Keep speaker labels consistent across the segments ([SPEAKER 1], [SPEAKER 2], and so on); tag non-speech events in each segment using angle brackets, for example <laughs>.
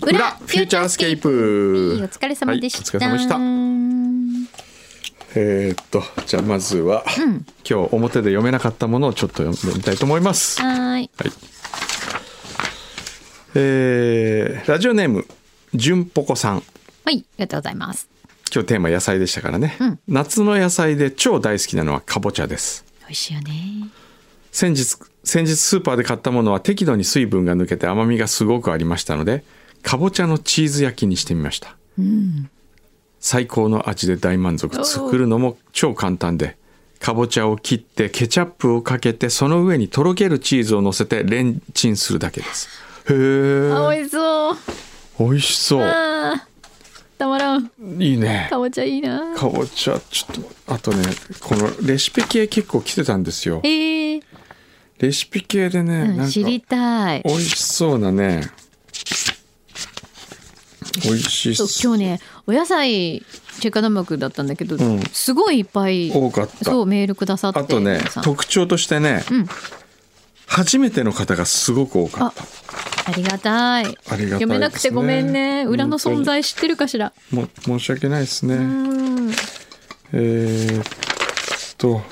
[SPEAKER 1] フューチャースケープ
[SPEAKER 2] お疲れ様でした。
[SPEAKER 1] はい、お疲れ様でしたえーっとじゃあまずは、今日表で読めなかったものをちょっと読んでみたいと思います
[SPEAKER 2] はーい。
[SPEAKER 1] はい。えーラジオネーム、じゅんぽこさん。
[SPEAKER 2] はい、ありがとうございます。
[SPEAKER 1] 今日テーマ野菜でしたからね、
[SPEAKER 2] うん
[SPEAKER 1] 夏の野菜で超大好きなのはかぼちゃです。
[SPEAKER 2] 美味しいよね。
[SPEAKER 1] 先日、先日スーパーで買ったものは適度に水分が抜けて甘みがすごくありましたので、かぼちゃのチーズ焼きにしてみました。最高の味で大満足。作るのも超簡単で、かぼちゃを切ってケチャップをかけて、その上にとろけるチーズを乗せてレンチンするだけです。へー。
[SPEAKER 2] あ、美味しそう。
[SPEAKER 1] 美味しそう。
[SPEAKER 2] あーたまらん。
[SPEAKER 1] いいね
[SPEAKER 2] か。ぼちゃいいな。
[SPEAKER 1] かぼちゃ、ちょっと、あとね、このレシピ系結構来てたんですよ
[SPEAKER 2] え。ー、
[SPEAKER 1] レシピ系でね、
[SPEAKER 2] うん
[SPEAKER 1] なんか、
[SPEAKER 2] 知り
[SPEAKER 1] 美
[SPEAKER 2] たい。
[SPEAKER 1] 味しそうなね。美味し
[SPEAKER 2] そう
[SPEAKER 1] そ
[SPEAKER 2] 今
[SPEAKER 1] う。
[SPEAKER 2] 日ね、お野菜中華生クだったんだけど、
[SPEAKER 1] ん
[SPEAKER 2] すごいいっぱい。
[SPEAKER 1] 多かった
[SPEAKER 2] そうメールくださって。
[SPEAKER 1] あとね
[SPEAKER 2] 皆さ、ん
[SPEAKER 1] 特徴としてね、
[SPEAKER 2] ん
[SPEAKER 1] 初めての方がすごく多かった。
[SPEAKER 2] ありがたい。
[SPEAKER 1] たいですね
[SPEAKER 2] 読めなくてごめんね。裏の存在知ってるかしら。
[SPEAKER 1] も申し訳ないですね。
[SPEAKER 2] うん。
[SPEAKER 1] えー、っと。うーん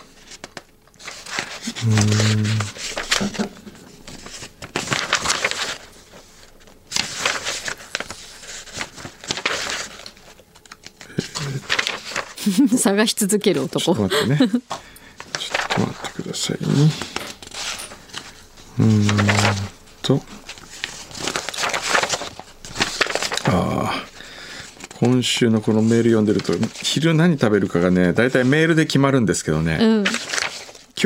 [SPEAKER 2] <laughs> 探し続ける
[SPEAKER 1] ちょっと
[SPEAKER 2] 男。
[SPEAKER 1] 待ってね。ちょっと待ってくださいね。うーんと。ああ。今週のこのメール読んでると、昼何食べるかがね、大体メールで決まるんですけどね。
[SPEAKER 2] うん。
[SPEAKER 1] 今
[SPEAKER 2] 今
[SPEAKER 1] 日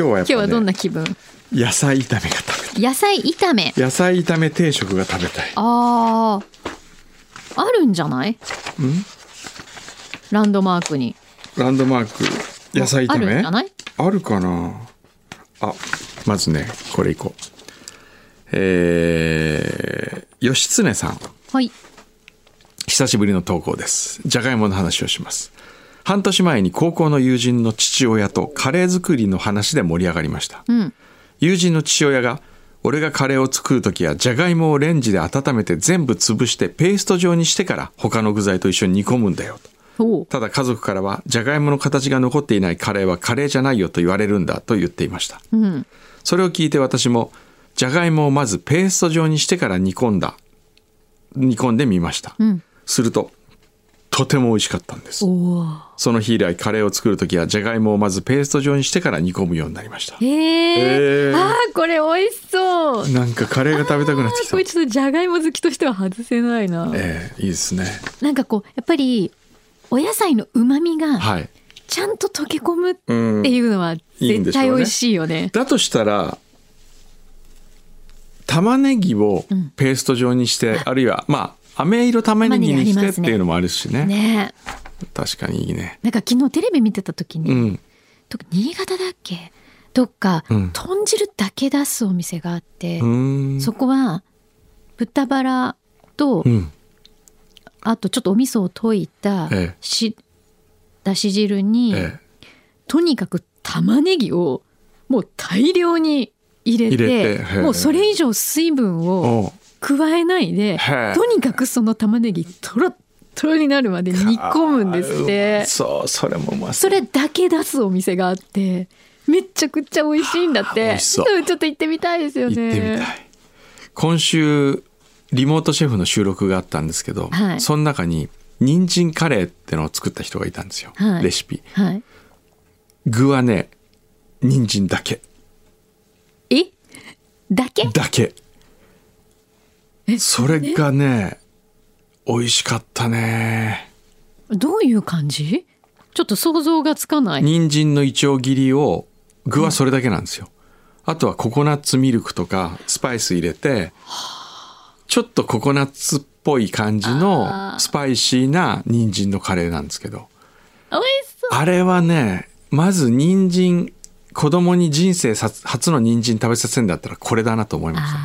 [SPEAKER 1] はやっ
[SPEAKER 2] 日は
[SPEAKER 1] ぱ、
[SPEAKER 2] どん
[SPEAKER 1] ね、
[SPEAKER 2] な気分？
[SPEAKER 1] 野菜炒めが食べた
[SPEAKER 2] 野菜炒め。
[SPEAKER 1] い。野菜炒め定食が食べたい。
[SPEAKER 2] あああるんじゃないランドマークに
[SPEAKER 1] ランドマーク、野菜炒
[SPEAKER 2] あるん
[SPEAKER 1] め
[SPEAKER 2] じゃない
[SPEAKER 1] あるかなあまずねこれいこうえー、義経さん
[SPEAKER 2] はい
[SPEAKER 1] 久しぶりの投稿ですじゃがいもの話をします半年前に高校の友人の父親とカレー作りの話で盛り上がりました、
[SPEAKER 2] うん
[SPEAKER 1] 友人の父親が俺がカレーを作る時はじゃがいもをレンジで温めて全部潰してペースト状にしてから他の具材と一緒に煮込むんだよと
[SPEAKER 2] おう
[SPEAKER 1] ただ家族からはじゃがいもの形が残っていないカレーはカレーじゃないよと言われるんだと言っていました、
[SPEAKER 2] ん
[SPEAKER 1] それを聞いて私もじゃがいもをまずペースト状にしてから煮込んだ煮込んでみました、するととても美味しかったんです
[SPEAKER 2] おう
[SPEAKER 1] その日以来カレーを作る時はじゃがいもをまずペースト状にしてから煮込むようになりました
[SPEAKER 2] へ
[SPEAKER 1] へ
[SPEAKER 2] え
[SPEAKER 1] ー
[SPEAKER 2] あーこれ美味しそう
[SPEAKER 1] なんかカレーが食べたくなってき
[SPEAKER 2] こ
[SPEAKER 1] た
[SPEAKER 2] れちょっとじゃがいも好きとしては外せないな
[SPEAKER 1] ええいいですね
[SPEAKER 2] なんかこうやっぱりお野菜のうまみが
[SPEAKER 1] はい
[SPEAKER 2] ちゃんと溶け込むって
[SPEAKER 1] うん
[SPEAKER 2] いうのは
[SPEAKER 1] いいん
[SPEAKER 2] 絶
[SPEAKER 1] でしょう
[SPEAKER 2] 対
[SPEAKER 1] ね
[SPEAKER 2] 美味しいよね
[SPEAKER 1] だとしたら玉ねぎをペースト状にして、あるいはまあ飴色玉ねぎにし
[SPEAKER 2] 玉ねぎあり
[SPEAKER 1] て
[SPEAKER 2] ま
[SPEAKER 1] って
[SPEAKER 2] すね
[SPEAKER 1] いうのもあるしね
[SPEAKER 2] ねえ
[SPEAKER 1] 確かにいいね
[SPEAKER 2] なんか昨日テレビ見てた時に、
[SPEAKER 1] うん
[SPEAKER 2] 特に新潟だっけどっか、
[SPEAKER 1] うん
[SPEAKER 2] 豚汁だけ出すお店があって、
[SPEAKER 1] うーん
[SPEAKER 2] そこは豚バラと、
[SPEAKER 1] うん
[SPEAKER 2] あとちょっとお味噌を溶いた
[SPEAKER 1] ええ
[SPEAKER 2] し、だし汁に、
[SPEAKER 1] え
[SPEAKER 2] とにかく玉ねぎをもう大量に入れて
[SPEAKER 1] 入れてええ
[SPEAKER 2] もうそれ以上水分
[SPEAKER 1] え
[SPEAKER 2] を
[SPEAKER 1] おう
[SPEAKER 2] 加えないで、
[SPEAKER 1] ええ
[SPEAKER 2] とにかくその玉ねぎとろっとろになるまで煮込むんですっ
[SPEAKER 1] あーうま
[SPEAKER 2] て。
[SPEAKER 1] そうそれもうまそ
[SPEAKER 2] そうれだけ出すお店があってめっちゃくちゃ美味しいんだっ
[SPEAKER 1] 美
[SPEAKER 2] て
[SPEAKER 1] 味しそう
[SPEAKER 2] うんちょっと行ってみたいですよ
[SPEAKER 1] 行っ
[SPEAKER 2] ね
[SPEAKER 1] てみたい今週リモートシェフの収録があったんですけど、
[SPEAKER 2] はい
[SPEAKER 1] その中に人参カレーってのを作った人がいたんですよ、
[SPEAKER 2] はい
[SPEAKER 1] レシピ
[SPEAKER 2] はい
[SPEAKER 1] 具はね人参だけ
[SPEAKER 2] えだけ
[SPEAKER 1] だけそれがね美味しかったね
[SPEAKER 2] どういう感じちょっと想像がつかない
[SPEAKER 1] 人参のいちょう切りを具はそれだけなんですよ、あとはココナッツミルクとかスパイス入れてちょっとココナッツっぽい感じのスパイシーな人参のカレーなんですけど
[SPEAKER 2] 美味しそ
[SPEAKER 1] あれはねまず人参子供に人生さ初の人参食べさせるんだったらこれだなと思いました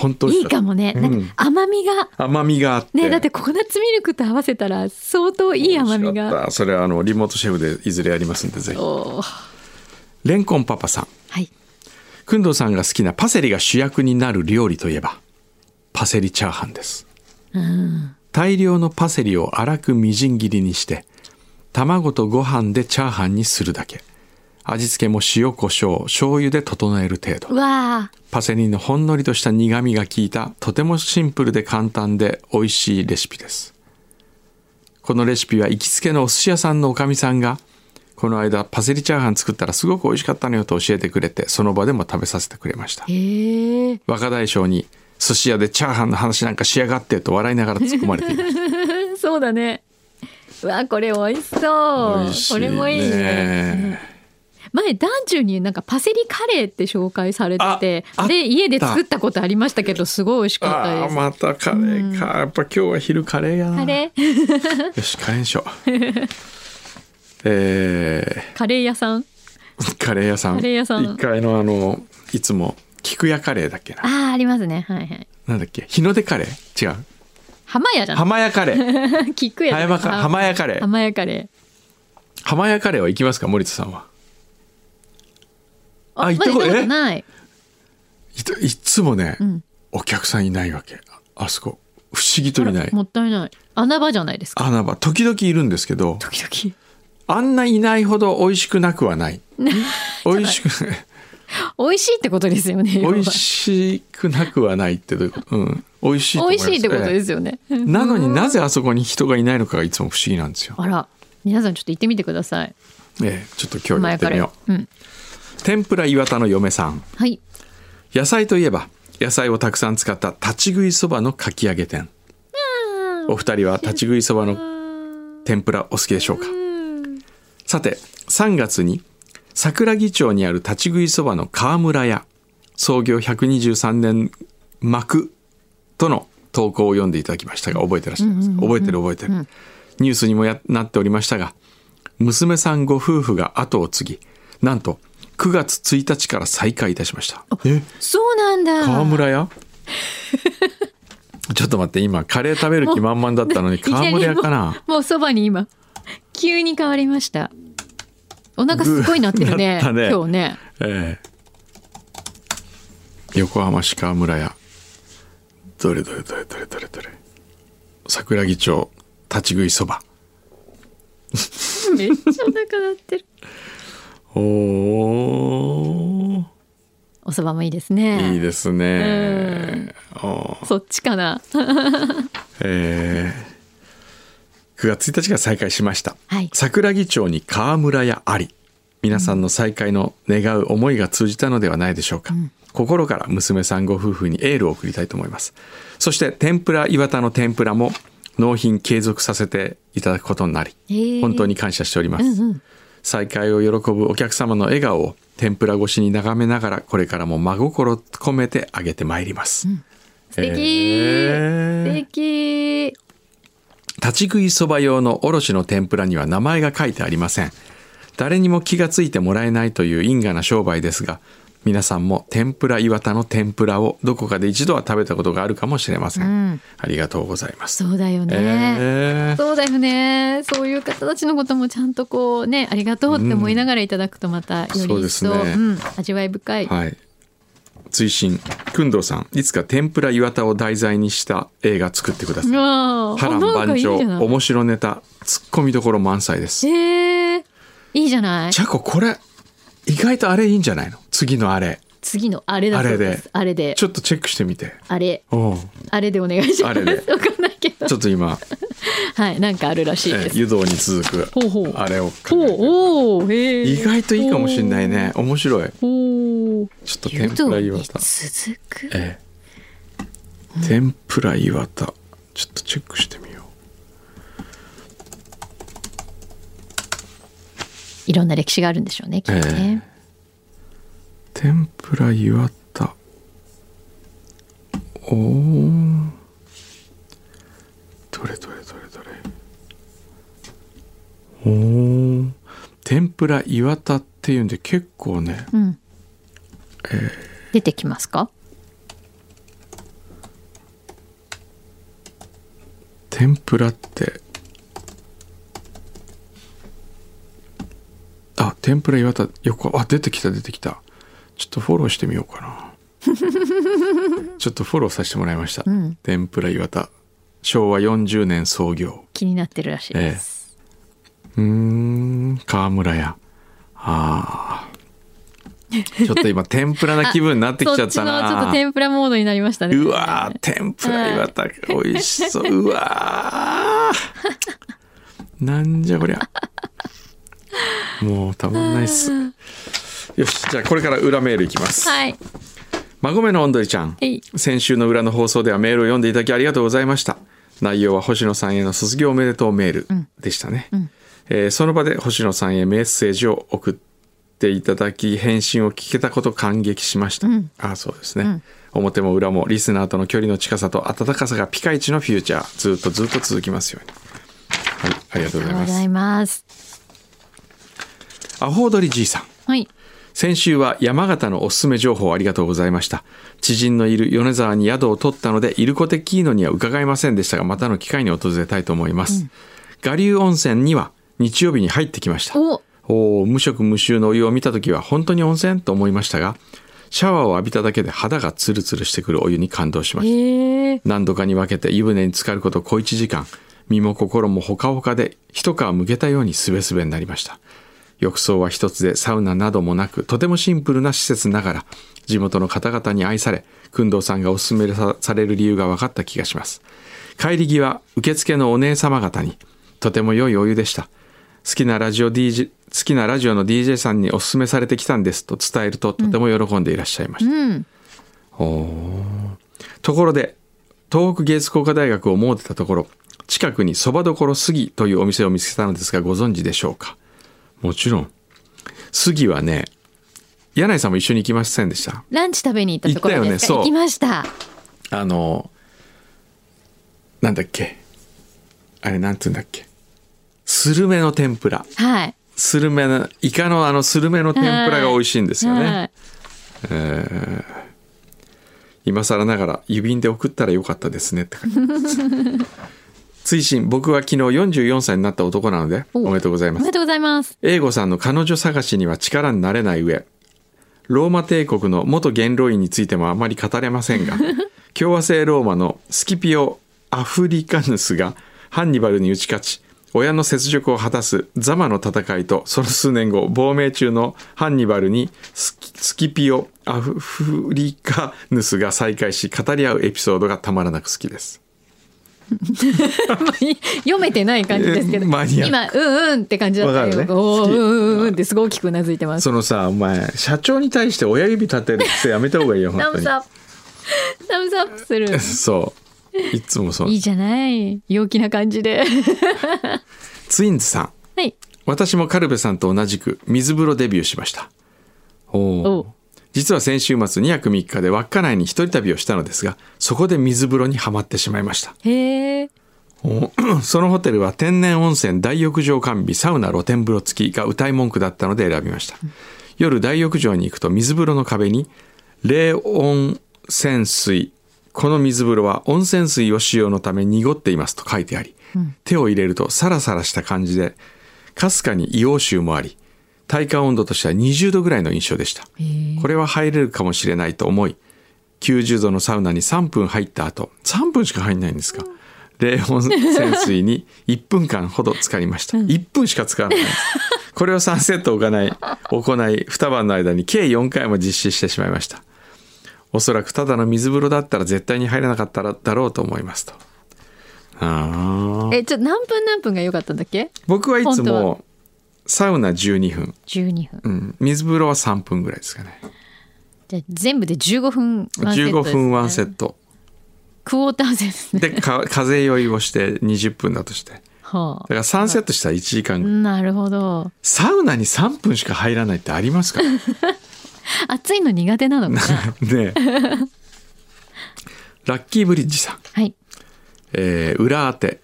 [SPEAKER 1] 本当
[SPEAKER 2] う
[SPEAKER 1] 美味
[SPEAKER 2] い
[SPEAKER 1] し
[SPEAKER 2] い
[SPEAKER 1] かった
[SPEAKER 2] かもねなんか甘みが
[SPEAKER 1] 甘みがあって
[SPEAKER 2] ねだってココナッツミルクと合わせたら相当いい甘み
[SPEAKER 1] 美味しか
[SPEAKER 2] が
[SPEAKER 1] ったそれはあのリモートシェフでいずれやりますんでぜひ
[SPEAKER 2] おー
[SPEAKER 1] レンコンパパさん
[SPEAKER 2] はい
[SPEAKER 1] くんどうさんが好きなパセリが主役になる料理といえばパセリチャーハンです大量のパセリを粗くみじん切りにして卵とご飯でチャーハンにするだけ味付けも塩コショウ醤油で整える程度
[SPEAKER 2] うわー
[SPEAKER 1] パセリのほんのりとした苦みが効いたとてもシンプルで簡単で美味しいレシピですこのレシピは行きつけのお寿司屋さんのおかみさんがこの間パセリチャーハン作ったらすごく美味しかったのよと教えてくれてその場でも食べさせてくれました
[SPEAKER 2] へえ
[SPEAKER 1] 若大将に寿司屋でチャーハンの話なんかしやがってと笑いながら突っ込まれていました
[SPEAKER 2] そうだねうわこれ美味し <laughs> そう
[SPEAKER 1] 美味し
[SPEAKER 2] これもいいね前団中になんかパセリカレーって紹介されてて
[SPEAKER 1] ああった
[SPEAKER 2] で家で作ったことありましたけどすごい美味しかった
[SPEAKER 1] あ
[SPEAKER 2] で
[SPEAKER 1] あ
[SPEAKER 2] す、
[SPEAKER 1] またカレーか、やっぱ今日は昼カレーやな
[SPEAKER 2] カレー
[SPEAKER 1] よしカレーにしよ
[SPEAKER 2] <laughs>
[SPEAKER 1] うえ
[SPEAKER 2] カレー屋さん
[SPEAKER 1] ー、カレー屋さん
[SPEAKER 2] カレー屋さん
[SPEAKER 1] 1階のあのいつも菊屋カレーだっけな
[SPEAKER 2] ああありますねはいはい
[SPEAKER 1] なんだっけ日の出カレー違う
[SPEAKER 2] 浜屋じゃ <laughs> ん
[SPEAKER 1] 浜屋カレー
[SPEAKER 2] 菊屋じゃん
[SPEAKER 1] 浜屋か浜屋カレー
[SPEAKER 2] 浜屋カレー
[SPEAKER 1] 浜屋カレーは行きますか森田さんはあ行
[SPEAKER 2] まだ
[SPEAKER 1] ったこと
[SPEAKER 2] 行ったこ
[SPEAKER 1] え
[SPEAKER 2] とない
[SPEAKER 1] いといつもね、
[SPEAKER 2] ん
[SPEAKER 1] お客さんいないわけああそこ不思議といない
[SPEAKER 2] もったいない穴場じゃないですか
[SPEAKER 1] 穴場時々いるんですけど
[SPEAKER 2] 時
[SPEAKER 1] あんないないほど美味しくなくはない美味
[SPEAKER 2] <laughs>
[SPEAKER 1] しく
[SPEAKER 2] 々美味しいってことですよね要は
[SPEAKER 1] <laughs> 美味しくなくはないってどういうこと、うん、美味しい
[SPEAKER 2] 美
[SPEAKER 1] と思い
[SPEAKER 2] 味し
[SPEAKER 1] ます
[SPEAKER 2] いってことで
[SPEAKER 1] え
[SPEAKER 2] すよね
[SPEAKER 1] えなのになぜあそこに人がいないのかがいつも不思議なんですよ、
[SPEAKER 2] あら皆さんちょっと行ってみてください
[SPEAKER 1] ええ、ちょっと今日や
[SPEAKER 2] 前
[SPEAKER 1] って
[SPEAKER 2] か
[SPEAKER 1] み
[SPEAKER 2] ら
[SPEAKER 1] よ
[SPEAKER 2] うん
[SPEAKER 1] う天ぷら岩田の嫁さん
[SPEAKER 2] はい
[SPEAKER 1] 野菜といえば野菜をたくさん使った立ち食いそばのかき揚げ店お二人は立ち食いそばの天ぷらお好きでしょうかさて3月に桜木町にある立ち食いそばの川村屋創業123年幕との投稿を読んでいただきましたが覚えてらっしゃいますか覚えてる覚えてる、ニュースにもやなっておりましたが娘さんご夫婦が後を継ぎなんと9月1日から再開いたしましたえ
[SPEAKER 2] そうなんだ
[SPEAKER 1] 川村屋 <laughs> ちょっと待って今カレー食べる気満々だったの
[SPEAKER 2] <laughs>
[SPEAKER 1] に
[SPEAKER 2] いきな
[SPEAKER 1] 川
[SPEAKER 2] り
[SPEAKER 1] 村屋かな
[SPEAKER 2] もうもうそばに今急に変わりましたお腹すごいなってるね
[SPEAKER 1] ぐーなったね
[SPEAKER 2] 今日ね
[SPEAKER 1] ええ横浜市川村屋どれどれどれどれどれどれ桜木町立ち食いそば
[SPEAKER 2] めっちゃお腹なってる
[SPEAKER 1] おー
[SPEAKER 2] おそばもいいですね
[SPEAKER 1] いいですねおー
[SPEAKER 2] そっちかな
[SPEAKER 1] えー9月1日から再開しました、
[SPEAKER 2] はい
[SPEAKER 1] 桜木町に川村屋あり皆さんの再会の願う思いが通じたのではないでしょうか、心から娘さんご夫婦にエールを送りたいと思いますそして天ぷら岩田の天ぷらも納品継続させていただくことになり
[SPEAKER 2] へー
[SPEAKER 1] 本当に感謝しております、
[SPEAKER 2] うんうん
[SPEAKER 1] 再会を喜ぶお客様の笑顔を天ぷら越しに眺めながらこれからも真心込めてあげてまいります、
[SPEAKER 2] 素敵、
[SPEAKER 1] え
[SPEAKER 2] 素
[SPEAKER 1] ー
[SPEAKER 2] 敵
[SPEAKER 1] 立ち食いそば用のおろしの天ぷらには名前が書いてありません誰にも気がついてもらえないという因果な商売ですが皆さんも天ぷら岩田の天ぷらをどこかで一度は食べたことがあるかもしれません、
[SPEAKER 2] うん
[SPEAKER 1] ありがとうございます
[SPEAKER 2] そうだよね、
[SPEAKER 1] えー
[SPEAKER 2] そうだよねそういう方たちのこともちゃんとこうねありがとうって思いながらいただくとまたより
[SPEAKER 1] そうで
[SPEAKER 2] 一
[SPEAKER 1] す
[SPEAKER 2] 層、
[SPEAKER 1] ね
[SPEAKER 2] うん、味わい深い、
[SPEAKER 1] はい追伸くんどうさんいつか天ぷら岩田を題材にした映画作ってください
[SPEAKER 2] わあ
[SPEAKER 1] 波
[SPEAKER 2] あ
[SPEAKER 1] 乱
[SPEAKER 2] なんかいい
[SPEAKER 1] 万
[SPEAKER 2] じ
[SPEAKER 1] 丈
[SPEAKER 2] ゃない
[SPEAKER 1] 面白ネタツッコミどころ満載です
[SPEAKER 2] えー、いいじゃない
[SPEAKER 1] チャコこれ意外とあれいいんじゃないの次のあれ
[SPEAKER 2] 次のあれだそうですあれで
[SPEAKER 1] ちょっとチェックしてみて
[SPEAKER 2] あれ
[SPEAKER 1] おう
[SPEAKER 2] あれでお願いしま
[SPEAKER 1] あ
[SPEAKER 2] す
[SPEAKER 1] れで
[SPEAKER 2] <laughs> わかんないけど
[SPEAKER 1] ちょっと今、
[SPEAKER 2] はいなんかあるらしい
[SPEAKER 1] え
[SPEAKER 2] です
[SPEAKER 1] 湯道に続く
[SPEAKER 2] ほうほう
[SPEAKER 1] あれを
[SPEAKER 2] ほうおーへー
[SPEAKER 1] 意外といいかもしれないね面白い
[SPEAKER 2] ほう
[SPEAKER 1] ちょっと天ぷら岩田、
[SPEAKER 2] 続く
[SPEAKER 1] ええ天ぷら岩田ちょっとチェックしてみよ
[SPEAKER 2] いろんな歴史があるんでしょうねきっとね、
[SPEAKER 1] う天ぷら岩田おーどれどれどれどれおー天ぷら岩田っていうんで結構ね
[SPEAKER 2] うん出てきますか
[SPEAKER 1] 天ぷらってあ天ぷら岩田横あ出てきた出てきたちょっとフォローしてみ
[SPEAKER 2] <laughs>
[SPEAKER 1] ようかなちょっとフォローさせてもらいました、天ぷら岩田昭和40年創業
[SPEAKER 2] 気になってるらしいです、
[SPEAKER 1] うーん川村屋あ
[SPEAKER 2] <laughs>
[SPEAKER 1] ーちょっと今天ぷらな気分になってきちゃった
[SPEAKER 2] そっちのちょっ
[SPEAKER 1] な
[SPEAKER 2] と天ぷらモードになりましたね
[SPEAKER 1] うわー天ぷら岩田美味しそううわ <laughs> ーなんじゃこりゃもうたまんないっすよしじゃあこれから裏メールいきます、
[SPEAKER 2] はい
[SPEAKER 1] マゴメのおんどりちゃん
[SPEAKER 2] はい
[SPEAKER 1] 先週の裏の放送ではメールを読んでいただきありがとうございました内容は星野さんへの卒業おめでとうメールでしたね、えーその場で星野さんへメッセージを送っていただき返信を聞けたこと感激しました、ああそうですね、表も裏もリスナーとの距離の近さと温かさがピカイチのフューチャーずっとずっと続きますようにはいありがとう
[SPEAKER 2] あ
[SPEAKER 1] ご
[SPEAKER 2] り
[SPEAKER 1] ざ
[SPEAKER 2] がとうご
[SPEAKER 1] いま
[SPEAKER 2] ざ
[SPEAKER 1] す
[SPEAKER 2] います
[SPEAKER 1] アホ踊りじいさん
[SPEAKER 2] はい
[SPEAKER 1] 先週は山形のおすすめ情報ありがとうございました知人のいる米沢に宿を取ったのでイルコテキーノには伺いませんでしたがまたの機会に訪れたいと思います、我流温泉には日曜日に入ってきました
[SPEAKER 2] お
[SPEAKER 1] おー無色無臭のお湯を見た時は本当に温泉と思いましたがシャワーを浴びただけで肌がツルツルしてくるお湯に感動しました
[SPEAKER 2] へえ
[SPEAKER 1] 何度かに分けて湯船に浸かること小1時間身も心もほかほかで一皮むけたようにすべすべになりました浴槽は一つでサウナなどもなくとてもシンプルな施設ながら地元の方々に愛され工藤さんがおすすめさされる理由が分かった気がします帰り際受付のお姉様方にとても良いお湯でした好きなラジオ DJ 好きなラジオの DJ さんにおすすめされてきたんですと伝えるととても喜んでいらっしゃいました、
[SPEAKER 2] うん
[SPEAKER 1] ところで東北芸術工科大学を詣でたところ近くにそばどころ杉というお店を見つけたのですがご存知でしょうかもちろん杉はね柳井さんも一緒に行きませんでした
[SPEAKER 2] ランチ食べに行ったところですか
[SPEAKER 1] 行
[SPEAKER 2] 行,、
[SPEAKER 1] ったよねそう
[SPEAKER 2] きました
[SPEAKER 1] あのなんだっけあれなんて言うんだっけスルメの天ぷら
[SPEAKER 2] はい
[SPEAKER 1] スルメのイカのあのスルメの天ぷらが美味しいんですよね、
[SPEAKER 2] はい
[SPEAKER 1] 今更ながら郵便で送ったらよかったですねって書いてます追伸僕は昨日44歳になった男なので
[SPEAKER 2] お
[SPEAKER 1] おめでとうござい
[SPEAKER 2] お
[SPEAKER 1] ま
[SPEAKER 2] めで
[SPEAKER 1] す
[SPEAKER 2] とうござい
[SPEAKER 1] <laughs>
[SPEAKER 2] ます
[SPEAKER 1] 英語さんの彼女探しには力になれない上ローマ帝国の元元老院についてもあまり語れませんが共和制ローマのスキピオ・アフリカヌスがハンニバルに打ち勝ち親の雪辱を果たすザマの戦いとその数年後亡命中のハンニバルにスキスキピオ・アフリカヌスが再会し語り合うエピソードがたまらなく好きです。
[SPEAKER 2] 読めてない感じですけど
[SPEAKER 1] えマニアッ
[SPEAKER 2] 今うんうんって感じだった
[SPEAKER 1] わかるね
[SPEAKER 2] お
[SPEAKER 1] 好
[SPEAKER 2] ー
[SPEAKER 1] き
[SPEAKER 2] うんうんうんってすごい大きくうなずいてます
[SPEAKER 1] そのさお前社長に対して親指立てるってやめた方がいいよ本
[SPEAKER 2] ダ
[SPEAKER 1] 当
[SPEAKER 2] ム
[SPEAKER 1] に
[SPEAKER 2] ズ。アップダムズアップする
[SPEAKER 1] <laughs> そういつもそう
[SPEAKER 2] いいじゃない陽気な感じ
[SPEAKER 1] <laughs>
[SPEAKER 2] で
[SPEAKER 1] ツインズさん
[SPEAKER 2] はい
[SPEAKER 1] 私もカルベさんと同じく水風呂デビューしましたおー
[SPEAKER 2] おう
[SPEAKER 1] 実は先週末2泊3日で稚内に一人旅をしたのですがそこで水風呂にはまってしまいました
[SPEAKER 2] へえ
[SPEAKER 1] おそのホテルは天然温泉大浴場完備サウナ露天風呂付きが歌い文句だったので選びました、夜大浴場に行くと水風呂の壁に「冷温泉水この水風呂は温泉水を使用のため濁っています」と書いてあり、手を入れるとサラサラした感じでかすかに硫黄臭もあり体感温度としては20度ぐらいの印象でしたこれは入れるかもしれないと思い90度のサウナに3分入った後3分しか入んないんですか冷温泉水に1分間ほど浸かりました、1分しか浸からないんですこれを3セット行い行い2晩の間に計4回も実施してしまいましたおそらくただの水風呂だったら絶対に入らなかったらだろうと思いますとあー
[SPEAKER 2] えちょ何分何分が良かったんだっけ
[SPEAKER 1] 僕はいつ
[SPEAKER 2] 本当は
[SPEAKER 1] もサウナ12分、
[SPEAKER 2] 12分
[SPEAKER 1] うん、水風呂は3分ぐらいですかね
[SPEAKER 2] じゃあ全部で15分ワンセット
[SPEAKER 1] 15
[SPEAKER 2] です、ね、
[SPEAKER 1] 分ワンセット
[SPEAKER 2] クォーター制ですね
[SPEAKER 1] でか風邪酔いをして20分だとしてだ
[SPEAKER 2] は
[SPEAKER 1] から3セットしたら1時間
[SPEAKER 2] あなるほど
[SPEAKER 1] サウナに3分しか入らないってあります
[SPEAKER 2] <laughs>
[SPEAKER 1] かね
[SPEAKER 2] 暑いの苦手なのかな
[SPEAKER 1] えラッキーブリッジさん、
[SPEAKER 2] はい
[SPEAKER 1] えー裏当て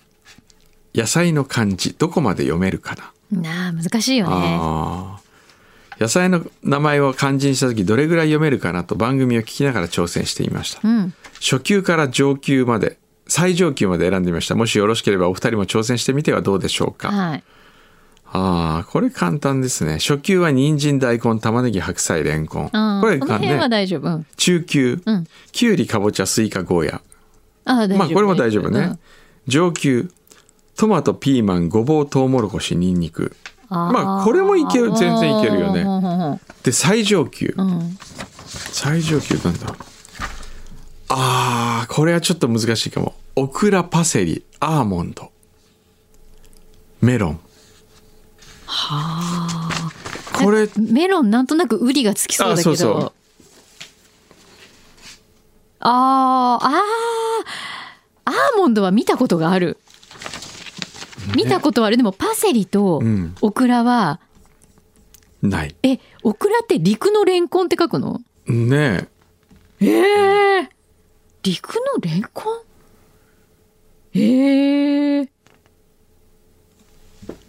[SPEAKER 1] 野菜の漢字どこまで読めるかな、
[SPEAKER 2] なあ難しいよね
[SPEAKER 1] あー野菜の名前を漢字にした時どれぐらい読めるかなと番組を聞きながら挑戦してみました、
[SPEAKER 2] うん
[SPEAKER 1] 初級から上級まで最上級まで選んでみましたもしよろしければお二人も挑戦してみてはどうでしょうか
[SPEAKER 2] はい
[SPEAKER 1] ああ、これ簡単ですね。初級は人参、大根、玉ねぎ、白菜、レンコン。
[SPEAKER 2] あ
[SPEAKER 1] これ
[SPEAKER 2] ーこの
[SPEAKER 1] が
[SPEAKER 2] 辺は
[SPEAKER 1] ね、
[SPEAKER 2] 大丈夫、うん、
[SPEAKER 1] 中級、
[SPEAKER 2] うん
[SPEAKER 1] きゅうり、かぼちゃ、スイカ、ゴーヤ。
[SPEAKER 2] あー大丈夫
[SPEAKER 1] まあ、これも大丈夫ね。上級トマトピーマンごぼうとうもろこしにんにく
[SPEAKER 2] あー
[SPEAKER 1] まあこれもいける全然いけるよね
[SPEAKER 2] うんうん
[SPEAKER 1] で最上級
[SPEAKER 2] うんうん
[SPEAKER 1] 最上級なんだあーこれはちょっと難しいかもオクラパセリアーモンドメロン
[SPEAKER 2] はあ
[SPEAKER 1] これ
[SPEAKER 2] メロンなんとなくウリがつきそうだけど
[SPEAKER 1] あそうそう
[SPEAKER 2] あーあーアーモンドは見たことがある見たことはあるでもパセリと
[SPEAKER 1] うん
[SPEAKER 2] オクラは、
[SPEAKER 1] ない
[SPEAKER 2] えオクラって陸のレンコンって書くの
[SPEAKER 1] ねえ
[SPEAKER 2] ええ陸のレンコンええ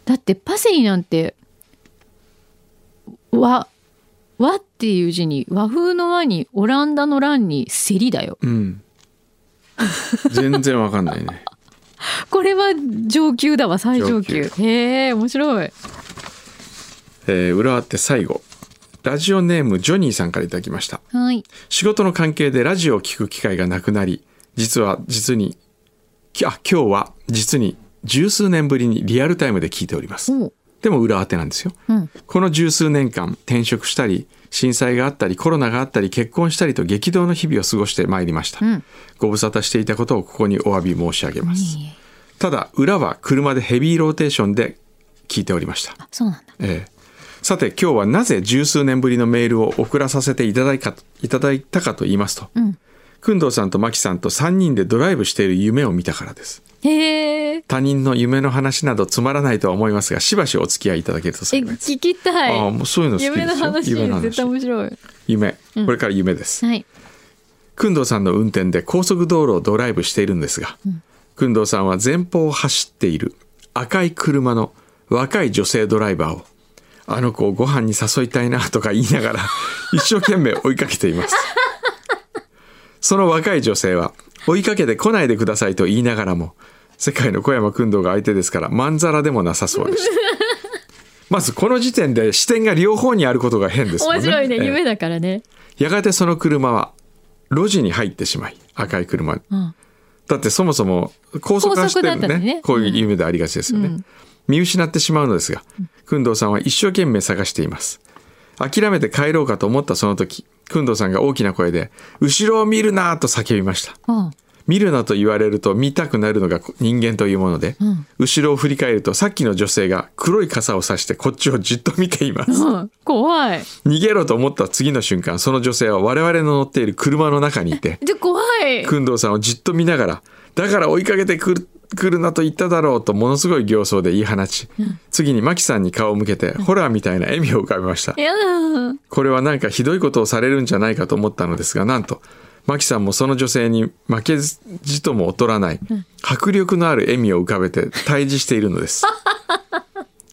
[SPEAKER 2] だってパセリなんて和和っていう字に和風の和にオランダの蘭にセリだよ
[SPEAKER 1] うん全然わかんないね
[SPEAKER 2] これは上級だわ最上級
[SPEAKER 1] 上
[SPEAKER 2] へえ面白い
[SPEAKER 1] えー、裏あって最後ラジオネームジョニーさんからいただきました
[SPEAKER 2] はい
[SPEAKER 1] 仕事の関係でラジオを聞く機会がなくなり実は実にきあ今日は実に十数年ぶりにリアルタイムで聞いております
[SPEAKER 2] おう
[SPEAKER 1] でも裏当てなんですよ
[SPEAKER 2] うん
[SPEAKER 1] この十数年間転職したり震災があったりコロナがあったり結婚したりと激動の日々を過ごしてまいりました、
[SPEAKER 2] うん
[SPEAKER 1] ご無沙汰していたことをここにお詫び申し上げます
[SPEAKER 2] いいえ
[SPEAKER 1] ただ裏は車でヘビーローテーションで聞いておりました
[SPEAKER 2] あそうなんだ
[SPEAKER 1] ええ、さて今日はなぜ十数年ぶりのメールを送らさせていただいかいただいたかと言いますと
[SPEAKER 2] うん
[SPEAKER 1] 工藤さんと真木さんと3人でドライブしている夢を見たからです
[SPEAKER 2] へえ
[SPEAKER 1] 他人の夢の話などつまらないとは思いますがしばしお付き合いいただけると
[SPEAKER 2] え
[SPEAKER 1] 幸いです、
[SPEAKER 2] 聞きた
[SPEAKER 1] ああ
[SPEAKER 2] い
[SPEAKER 1] もうそういうの好きですよ
[SPEAKER 2] 夢の話
[SPEAKER 1] 夢の
[SPEAKER 2] 絶対面白い
[SPEAKER 1] 夢これから夢です、
[SPEAKER 2] はい
[SPEAKER 1] 工藤さんの運転で高速道路をドライブしているんですが、工藤さんは前方を走っている赤い車の若い女性ドライバーを、あの子をご飯に誘いたいなとか言い
[SPEAKER 2] <laughs>
[SPEAKER 1] ながら一生懸命追いかけています。その若い女性は、追いかけて来ないでくださいと言いながらも、世界の小山工藤が相手ですから、まんざらでもなさそ
[SPEAKER 2] <laughs>
[SPEAKER 1] うでした。まずこの時点で視点が両方にあることが変ですもんね。
[SPEAKER 2] 面白いね
[SPEAKER 1] ええ
[SPEAKER 2] 夢だからね
[SPEAKER 1] やがてその車は路地に入ってしまい赤い車
[SPEAKER 2] うん
[SPEAKER 1] だってそもそも高速走っ
[SPEAKER 2] 高速
[SPEAKER 1] てる
[SPEAKER 2] だった
[SPEAKER 1] ね
[SPEAKER 2] のね
[SPEAKER 1] こういう夢でありがちですよね、見失ってしまうのですが工藤さんは一生懸命探しています諦めて帰ろうかと思ったその時工藤さんが大きな声で「後ろを見るな!」と叫びました
[SPEAKER 2] あ
[SPEAKER 1] 見るなと言われると見たくなるのが人間というもので、
[SPEAKER 2] ん
[SPEAKER 1] 後ろを振り返るとさっきの女性が黒い傘を差してこっちをじっと見ています
[SPEAKER 2] あ怖い
[SPEAKER 1] 逃げろと思った次の瞬間その女性は我々の乗っている車の中にい <laughs> て
[SPEAKER 2] じゃ怖い
[SPEAKER 1] 工藤さんをじっと見ながら「だから追いかけてくる来るなと言っただろう」とものすごい形相で言い放ち、次にマキさんに顔を向けてホラーみたいな笑みを浮かべました
[SPEAKER 2] やだ
[SPEAKER 1] これはなんかひどいことをされるんじゃないかと思ったのですがなんとマキさんもその女性に負けじとも劣らない迫力のある笑みを浮かべて対峙しているのです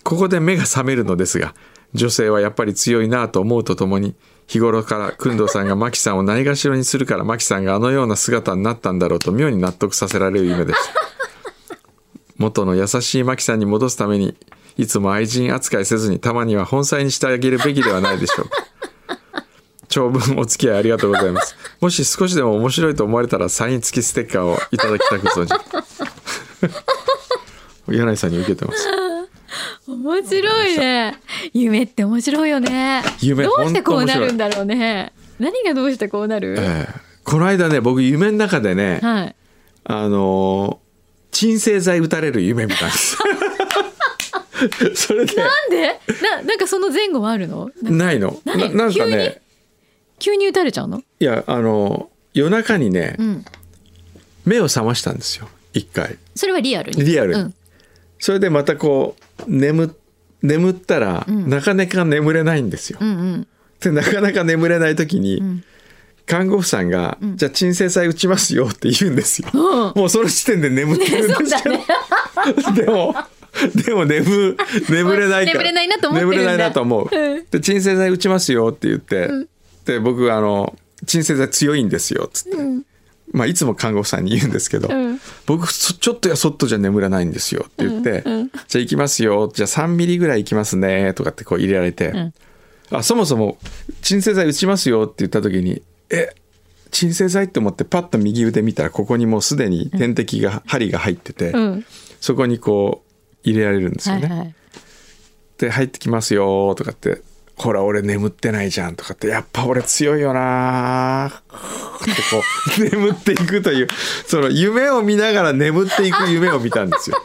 [SPEAKER 1] ここで目が覚めるのですが女性はやっぱり強いなぁと思うとともに日頃から工藤さんがマキさんをないがしろにするからマキさんがあのような姿になったんだろうと妙に納得させられる夢でした元の優しいマキさんに戻すためにいつも愛人扱いせずにたまには本妻にしてあげるべきではないでしょうか長文お付き合いありがとうございます <laughs> もし少しでも面白いと思われたらサイン付きステッカーをいただきたく存じ <laughs> 柳井さんに受けてます
[SPEAKER 2] 面白いね夢って面白いよね
[SPEAKER 1] 夢
[SPEAKER 2] どうしてこうな
[SPEAKER 1] ほんと面白い
[SPEAKER 2] るんだろうね何がどうしてこうなる、
[SPEAKER 1] ええこの間ね僕夢の中でね、
[SPEAKER 2] はい
[SPEAKER 1] あのー鎮静剤打たれる夢見たんです <laughs> それで
[SPEAKER 2] なんでななんかその前後はあるのな
[SPEAKER 1] ないの
[SPEAKER 2] ない
[SPEAKER 1] ななんか
[SPEAKER 2] 急に
[SPEAKER 1] ね
[SPEAKER 2] 急に打たれちゃうの
[SPEAKER 1] いやあの夜中にね、
[SPEAKER 2] うん
[SPEAKER 1] 目を覚ましたんですよ一回
[SPEAKER 2] それはリアルに
[SPEAKER 1] リアル
[SPEAKER 2] うん、
[SPEAKER 1] それでまたこう眠眠ったら、
[SPEAKER 2] ん
[SPEAKER 1] なかなか眠れないんですよ、
[SPEAKER 2] うんうん
[SPEAKER 1] でなかなか眠れない時に、
[SPEAKER 2] ん
[SPEAKER 1] 看護婦さんが、じゃあ鎮静剤打ちますよ」って言うんですよ、
[SPEAKER 2] うん
[SPEAKER 1] もうその時点で眠ってるん
[SPEAKER 2] そ
[SPEAKER 1] で
[SPEAKER 2] う
[SPEAKER 1] す
[SPEAKER 2] だ
[SPEAKER 1] けど、
[SPEAKER 2] ね
[SPEAKER 1] でもでも眠眠れないから
[SPEAKER 2] 眠れないなと思ってるんだ
[SPEAKER 1] 眠れないなと思う、
[SPEAKER 2] うん
[SPEAKER 1] で鎮静剤打ちますよって言って、で僕あの鎮静剤強いんですよっつって、まあ、いつも看護婦さんに言うんですけど、
[SPEAKER 2] うん
[SPEAKER 1] 僕そちょっとやそっとじゃ眠れないんですよって言って、
[SPEAKER 2] うんうん
[SPEAKER 1] じゃあ行きますよじゃあ3ミリぐらい行きますねとかってこう入れられて、
[SPEAKER 2] ん
[SPEAKER 1] あそもそも鎮静剤打ちますよって言った時にえ鎮静剤って思ってパッと右腕見たらここにもうすでに点滴が針が入ってて、
[SPEAKER 2] うん。
[SPEAKER 1] そこにこう入れられるんですよ
[SPEAKER 2] は
[SPEAKER 1] ね。
[SPEAKER 2] いはい。
[SPEAKER 1] で入ってきますよとかって「ほら俺眠ってないじゃん」とかって「やっぱ俺強いよな」ってこう <laughs> 眠っていくというその夢を見ながら眠っていく夢を見たんですよ。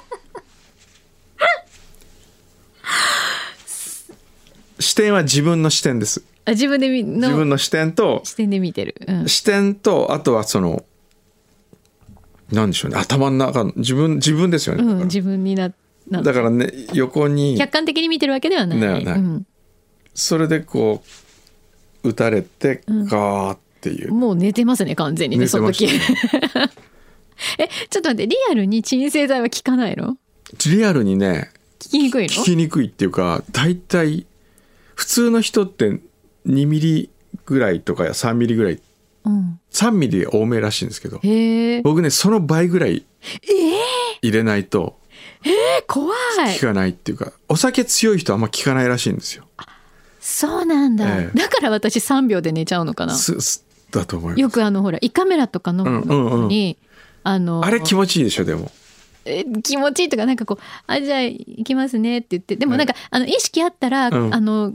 [SPEAKER 1] 視点は自分の視点です。
[SPEAKER 2] あ自分で見
[SPEAKER 1] 自分
[SPEAKER 2] の
[SPEAKER 1] の視点と
[SPEAKER 2] 視点で見てる。うん。
[SPEAKER 1] 視点とあとはそのなんでしょうね頭の中の自分自分ですよね。だ
[SPEAKER 2] うん、
[SPEAKER 1] から
[SPEAKER 2] 自分になな
[SPEAKER 1] だからね横に
[SPEAKER 2] 客観的に見てるわけではない。
[SPEAKER 1] ではない
[SPEAKER 2] うん、
[SPEAKER 1] それでこう打たれて
[SPEAKER 2] ん
[SPEAKER 1] ガーっていう、
[SPEAKER 2] もう寝てますね完全にね
[SPEAKER 1] 寝て
[SPEAKER 2] その
[SPEAKER 1] ま
[SPEAKER 2] 時。 <laughs>
[SPEAKER 1] し
[SPEAKER 2] えちょっと待ってリアルに鎮静剤は効かないの？
[SPEAKER 1] リアルにね
[SPEAKER 2] 効きにくい
[SPEAKER 1] 聞
[SPEAKER 2] の？
[SPEAKER 1] きにくいっていうか大体普通の人って2ミリぐらいとか3ミリぐらい
[SPEAKER 2] うん。
[SPEAKER 1] 3ミリ多めらしいんですけど
[SPEAKER 2] へえ。
[SPEAKER 1] 僕ねその倍ぐらい入れないと
[SPEAKER 2] え怖い
[SPEAKER 1] 効。かないっていうか、お酒強い人あんま効かないらしいんですよ。
[SPEAKER 2] そうなんだ。
[SPEAKER 1] ええ
[SPEAKER 2] だから私3秒で寝ちゃうのかな。
[SPEAKER 1] すすだと思いま
[SPEAKER 2] よ
[SPEAKER 1] す。
[SPEAKER 2] くあのほら胃カメラとか飲むのに、あの
[SPEAKER 1] あれ気持ちいいでしょでも。
[SPEAKER 2] え気持ちいいとかなんかこう「あじゃあ行きますね」って言ってでもなんか、あの意識あったら、
[SPEAKER 1] うん
[SPEAKER 2] あの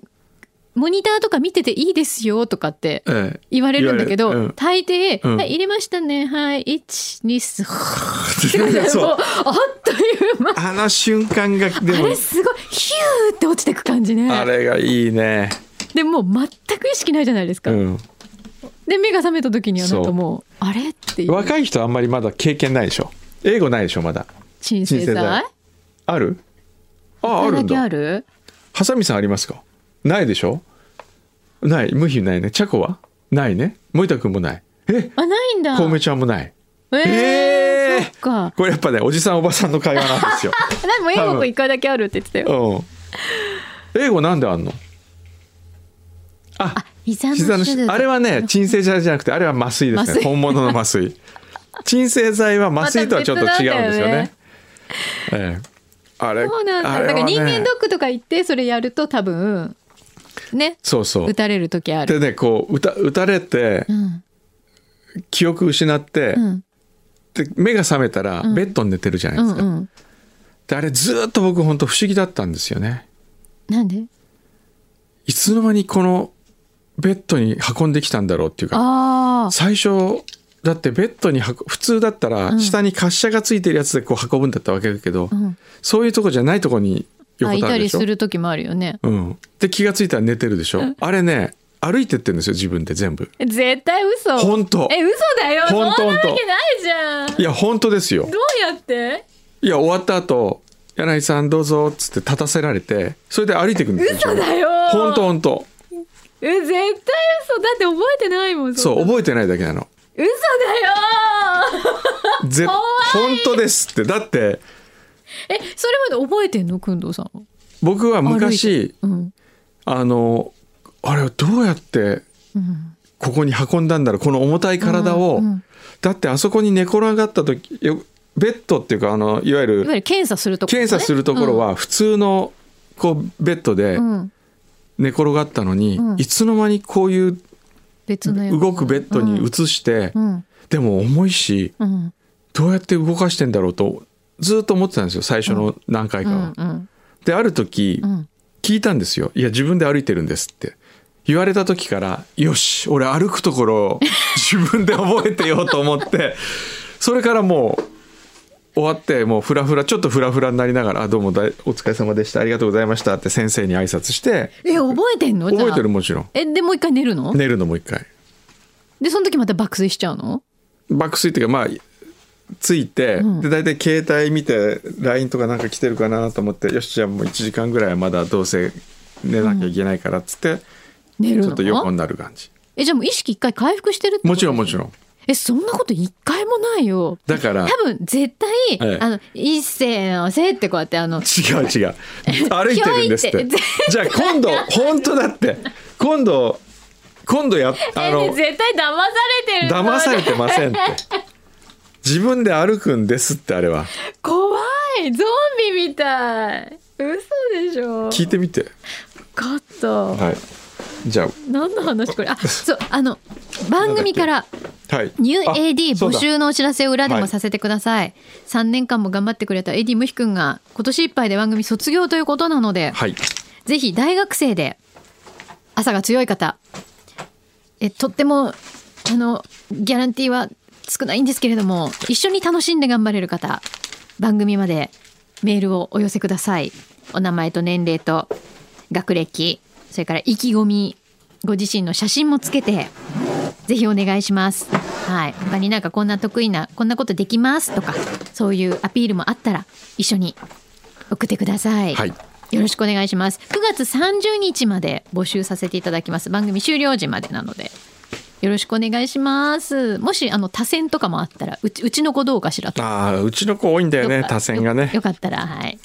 [SPEAKER 2] モニターとか見てていいですよとかって
[SPEAKER 1] ええ、
[SPEAKER 2] 言われるんだけど、
[SPEAKER 1] 言われるうん
[SPEAKER 2] 大抵、
[SPEAKER 1] うん
[SPEAKER 2] はい入れましたねはい12す
[SPEAKER 1] <laughs> そう
[SPEAKER 2] もうあっという間
[SPEAKER 1] あの瞬間がで
[SPEAKER 2] あ
[SPEAKER 1] も
[SPEAKER 2] れすごいヒューって落ちてく感じ
[SPEAKER 1] あ
[SPEAKER 2] ね
[SPEAKER 1] れがいいね。
[SPEAKER 2] でもう全く意識ないじゃないです
[SPEAKER 1] う
[SPEAKER 2] か、
[SPEAKER 1] ん。
[SPEAKER 2] で目が覚めた時にはなん
[SPEAKER 1] そ
[SPEAKER 2] か
[SPEAKER 1] う
[SPEAKER 2] もうあれっていう
[SPEAKER 1] 若い人あんまりまだ経験ないでしょ英語ないでしょまだ
[SPEAKER 2] 鎮静
[SPEAKER 1] 鎮静
[SPEAKER 2] 剤
[SPEAKER 1] 剤あるあある
[SPEAKER 2] だ
[SPEAKER 1] ん
[SPEAKER 2] けあ
[SPEAKER 1] だ
[SPEAKER 2] る
[SPEAKER 1] ハサミさんありますかないでしょない無比ないねチャコはないね森田君もないえ
[SPEAKER 2] あないんだ
[SPEAKER 1] 小梅ちゃんもない
[SPEAKER 2] えー
[SPEAKER 1] えー
[SPEAKER 2] そっか
[SPEAKER 1] これやっぱねおじさんおばさんの会話なん
[SPEAKER 2] <laughs>
[SPEAKER 1] ですよ、
[SPEAKER 2] あでも英語一回だけあるって言ってたよ
[SPEAKER 1] うん、英語なんであんのあ
[SPEAKER 2] 膝の
[SPEAKER 1] 膝のしあれはね鎮静剤じゃなくてあれは麻酔です
[SPEAKER 2] 麻
[SPEAKER 1] ね
[SPEAKER 2] 酔
[SPEAKER 1] 本物の
[SPEAKER 2] <laughs>
[SPEAKER 1] 麻酔鎮静剤は麻酔とはちょっと違うんですよね,、ええあれ
[SPEAKER 2] そうなんだ
[SPEAKER 1] あ
[SPEAKER 2] だ
[SPEAKER 1] れ
[SPEAKER 2] か
[SPEAKER 1] は
[SPEAKER 2] ら
[SPEAKER 1] ね
[SPEAKER 2] 人間ドックとか行ってそれやると多分ね
[SPEAKER 1] そうそう
[SPEAKER 2] 打たれる時ある
[SPEAKER 1] でねこう打た打たれて
[SPEAKER 2] うん
[SPEAKER 1] 記憶失って、
[SPEAKER 2] うん
[SPEAKER 1] で目が覚めたら
[SPEAKER 2] うん
[SPEAKER 1] ベッドに寝てるじゃな
[SPEAKER 2] う
[SPEAKER 1] いで
[SPEAKER 2] ん
[SPEAKER 1] すか、
[SPEAKER 2] うん
[SPEAKER 1] であれずーっと僕本当不思議だったんですよね
[SPEAKER 2] なんで
[SPEAKER 1] いつの間にこのベッドに運んできたんだろうっていうか
[SPEAKER 2] ああ
[SPEAKER 1] 最初だってベッドに運普通だった
[SPEAKER 2] う
[SPEAKER 1] ら
[SPEAKER 2] ん
[SPEAKER 1] 下に滑車がついてるやつでこう運ぶんだったわけだけど、
[SPEAKER 2] うん
[SPEAKER 1] そういうとこじゃないとこに
[SPEAKER 2] あ
[SPEAKER 1] 横
[SPEAKER 2] い
[SPEAKER 1] たわ
[SPEAKER 2] た
[SPEAKER 1] るで
[SPEAKER 2] り
[SPEAKER 1] しょ
[SPEAKER 2] する時もあるよね
[SPEAKER 1] うん、で気がついたら寝てるでしょ、あれね歩いてってんですよ自分で全部
[SPEAKER 2] 絶対嘘
[SPEAKER 1] 本当
[SPEAKER 2] え嘘だよそんな
[SPEAKER 1] 本
[SPEAKER 2] わ
[SPEAKER 1] 当
[SPEAKER 2] け
[SPEAKER 1] 本当
[SPEAKER 2] ないじゃんど
[SPEAKER 1] いや本当ですよ
[SPEAKER 2] うやって
[SPEAKER 1] いや終わった後柳井さんどうぞ」っつって立たせられてそれで歩いていくんですよ
[SPEAKER 2] 嘘だよ
[SPEAKER 1] 本当本当
[SPEAKER 2] え絶対嘘だって覚えてないもん
[SPEAKER 1] そ
[SPEAKER 2] ん
[SPEAKER 1] う
[SPEAKER 2] な
[SPEAKER 1] 覚えてないだけなの
[SPEAKER 2] 嘘だよ
[SPEAKER 1] ぜ
[SPEAKER 2] 怖
[SPEAKER 1] 本当ですってだって
[SPEAKER 2] えそれまで覚えてんの工藤さんは
[SPEAKER 1] 僕は
[SPEAKER 2] 歩い
[SPEAKER 1] 昔
[SPEAKER 2] てうん
[SPEAKER 1] あのあれをどうやって
[SPEAKER 2] うん
[SPEAKER 1] ここに運んだんだろうこの重たい体を、
[SPEAKER 2] うんうん
[SPEAKER 1] だってあそこに寝転がった時よベッドっていうかあのいわゆ
[SPEAKER 2] いわ
[SPEAKER 1] る
[SPEAKER 2] ゆる検査するところね、
[SPEAKER 1] 検査するところは普通のこうベッドで
[SPEAKER 2] うん、うん
[SPEAKER 1] 寝転がったのに、
[SPEAKER 2] うん
[SPEAKER 1] いつの間にこういう
[SPEAKER 2] 別のやつ
[SPEAKER 1] 動くベッドに移して、
[SPEAKER 2] うん
[SPEAKER 1] でも重いし
[SPEAKER 2] うんうん
[SPEAKER 1] どうやって動かしてんだろうとずっと思ってたんですよ最初の何回
[SPEAKER 2] う
[SPEAKER 1] かは。
[SPEAKER 2] んうん
[SPEAKER 1] である時
[SPEAKER 2] うん
[SPEAKER 1] 聞いたんですよ「いや自分で歩いてるんです」って言われた時から「よし俺歩くところ
[SPEAKER 2] <laughs>
[SPEAKER 1] を自分で覚えてよ」と思ってそれからもう終わってもうフラフラちょっとフラフラになりながらあ「どうもだいお疲れ様でしたありがとうございました」って先生に挨拶して
[SPEAKER 2] え覚えてんのじゃあ
[SPEAKER 1] 覚えてるもちろん
[SPEAKER 2] えでもう一回寝るの、
[SPEAKER 1] 寝るのもう一回
[SPEAKER 2] でその時また爆睡しちゃうの
[SPEAKER 1] 爆睡っていうかまあついて、
[SPEAKER 2] うん
[SPEAKER 1] で大体携帯見て LINE とかなんか来てるかなと思ってよしじゃあもう1時間ぐらいはまだどうせ寝なきゃいけないからっつって、
[SPEAKER 2] 寝る
[SPEAKER 1] ちょっと横
[SPEAKER 2] の
[SPEAKER 1] になる感じ
[SPEAKER 2] えじゃあもう意識一回回復してるってこと
[SPEAKER 1] もちろんもちろん
[SPEAKER 2] えそんなこと一回もないよ
[SPEAKER 1] だから
[SPEAKER 2] 多分絶対、
[SPEAKER 1] ええ
[SPEAKER 2] あの一斉のせいってこうやってあの
[SPEAKER 1] 違
[SPEAKER 2] <laughs>
[SPEAKER 1] う違う歩いてるんですっ
[SPEAKER 2] 今日
[SPEAKER 1] て
[SPEAKER 2] 行って
[SPEAKER 1] じゃあ今度本当だって今度今度やあ
[SPEAKER 2] え
[SPEAKER 1] の
[SPEAKER 2] 絶対騙されてる
[SPEAKER 1] 騙されてませんって自分で歩くんですってあれは
[SPEAKER 2] <laughs> 怖いゾンビみたい嘘でしょ
[SPEAKER 1] 聞いてみて
[SPEAKER 2] かった
[SPEAKER 1] はいじゃあ
[SPEAKER 2] 何の話これあそうあの番組から
[SPEAKER 1] はい
[SPEAKER 2] ニュー
[SPEAKER 1] あ
[SPEAKER 2] AD
[SPEAKER 1] そう
[SPEAKER 2] 募
[SPEAKER 1] だ
[SPEAKER 2] 集のお知らせを裏で
[SPEAKER 1] は
[SPEAKER 2] も
[SPEAKER 1] い
[SPEAKER 2] させてください、3年間も頑張ってくれた AD ムヒ君が今年いっぱいで番組卒業ということなので、
[SPEAKER 1] はい
[SPEAKER 2] ぜひ大学生で朝が強い方えとってもあのギャランティーは少ないんですけれども一緒に楽しんで頑張れる方番組までメールをお寄せくださいお名前と年齢と学歴それから意気込みご自身の写真もつけてぜひお願いしますはい他になんかこんな得意なこんなことできますとかそういうアピールもあったら一緒に送ってください、
[SPEAKER 1] はい
[SPEAKER 2] よろしくお願いします。9月30日まで募集させていただきます。番組終了時までなので。よろしくお願いします。もしあの多選とかもあったら、うちうちの子どうかしらと。
[SPEAKER 1] ああうちの子多いんだよね
[SPEAKER 2] か
[SPEAKER 1] 多選がね
[SPEAKER 2] よよかったらはい。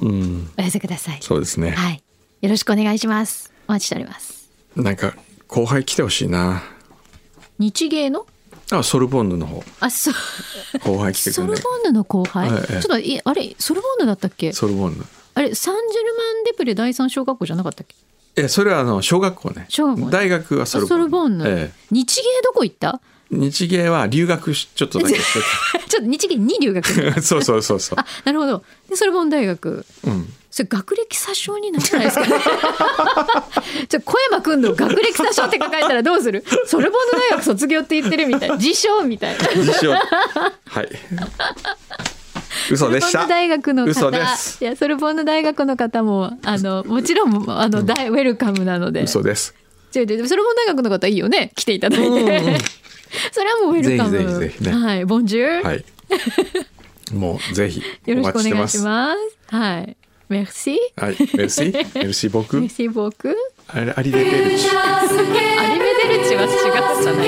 [SPEAKER 1] うん
[SPEAKER 2] <laughs> お寄せください。
[SPEAKER 1] そうですね、
[SPEAKER 2] はい。よろしくお願いします。お待ちしております。
[SPEAKER 1] なんか後輩来てほしいな
[SPEAKER 2] 日芸の
[SPEAKER 1] あソルボンヌの方
[SPEAKER 2] あそう。
[SPEAKER 1] 後輩来て
[SPEAKER 2] ソ
[SPEAKER 1] く
[SPEAKER 2] ル
[SPEAKER 1] れ
[SPEAKER 2] ボ
[SPEAKER 1] ない
[SPEAKER 2] ンヌの後輩。
[SPEAKER 1] はい
[SPEAKER 2] ちょっといあれソルボンヌだったっけ？
[SPEAKER 1] ソルボンヌ
[SPEAKER 2] あれサンジェルマンデプレ第三小学校じゃなかったっけ？
[SPEAKER 1] えそれはあの小学校ね
[SPEAKER 2] 小学校ね
[SPEAKER 1] 大学はソ
[SPEAKER 2] あ
[SPEAKER 1] ルボン
[SPEAKER 2] ソルボンヌ。
[SPEAKER 1] ええ
[SPEAKER 2] 日芸どこ行った？ <laughs>
[SPEAKER 1] 日芸は留学しちょっとだけして
[SPEAKER 2] ちょっと日芸に留学
[SPEAKER 1] <laughs>
[SPEAKER 2] してた
[SPEAKER 1] たそうそうそうそ
[SPEAKER 2] あなるほどでそれも大学
[SPEAKER 1] う、うん、
[SPEAKER 2] それ学歴詐称にならないですかね <laughs> ちょ小山君の学歴詐称って書かれたらどうするソルボンヌ大学卒業って言ってるみたいな自称みたいな
[SPEAKER 1] 自称はい嘘でし
[SPEAKER 2] ソルボ
[SPEAKER 1] た
[SPEAKER 2] ンヌ大学の
[SPEAKER 1] 嘘
[SPEAKER 2] 方
[SPEAKER 1] です
[SPEAKER 2] いやソルボンヌ大学の方もあのもちろんあの大ウェルカムなので
[SPEAKER 1] 嘘です
[SPEAKER 2] 違う違うでもソルボン大学の方いいよね来ていただいて、 <laughs> それはもうウェルカム
[SPEAKER 1] ぜひぜひぜひね
[SPEAKER 2] はいボンジュール、
[SPEAKER 1] はいもうぜひ
[SPEAKER 2] よろ
[SPEAKER 1] お
[SPEAKER 2] しく
[SPEAKER 1] 待
[SPEAKER 2] お
[SPEAKER 1] ちして
[SPEAKER 2] 願い
[SPEAKER 1] ま
[SPEAKER 2] し
[SPEAKER 1] す
[SPEAKER 2] ますはいメルシー
[SPEAKER 1] はいメルシーメルシー僕
[SPEAKER 2] メルシーボーク
[SPEAKER 1] あれアリデベルチ
[SPEAKER 2] アリメデルチは違ったな。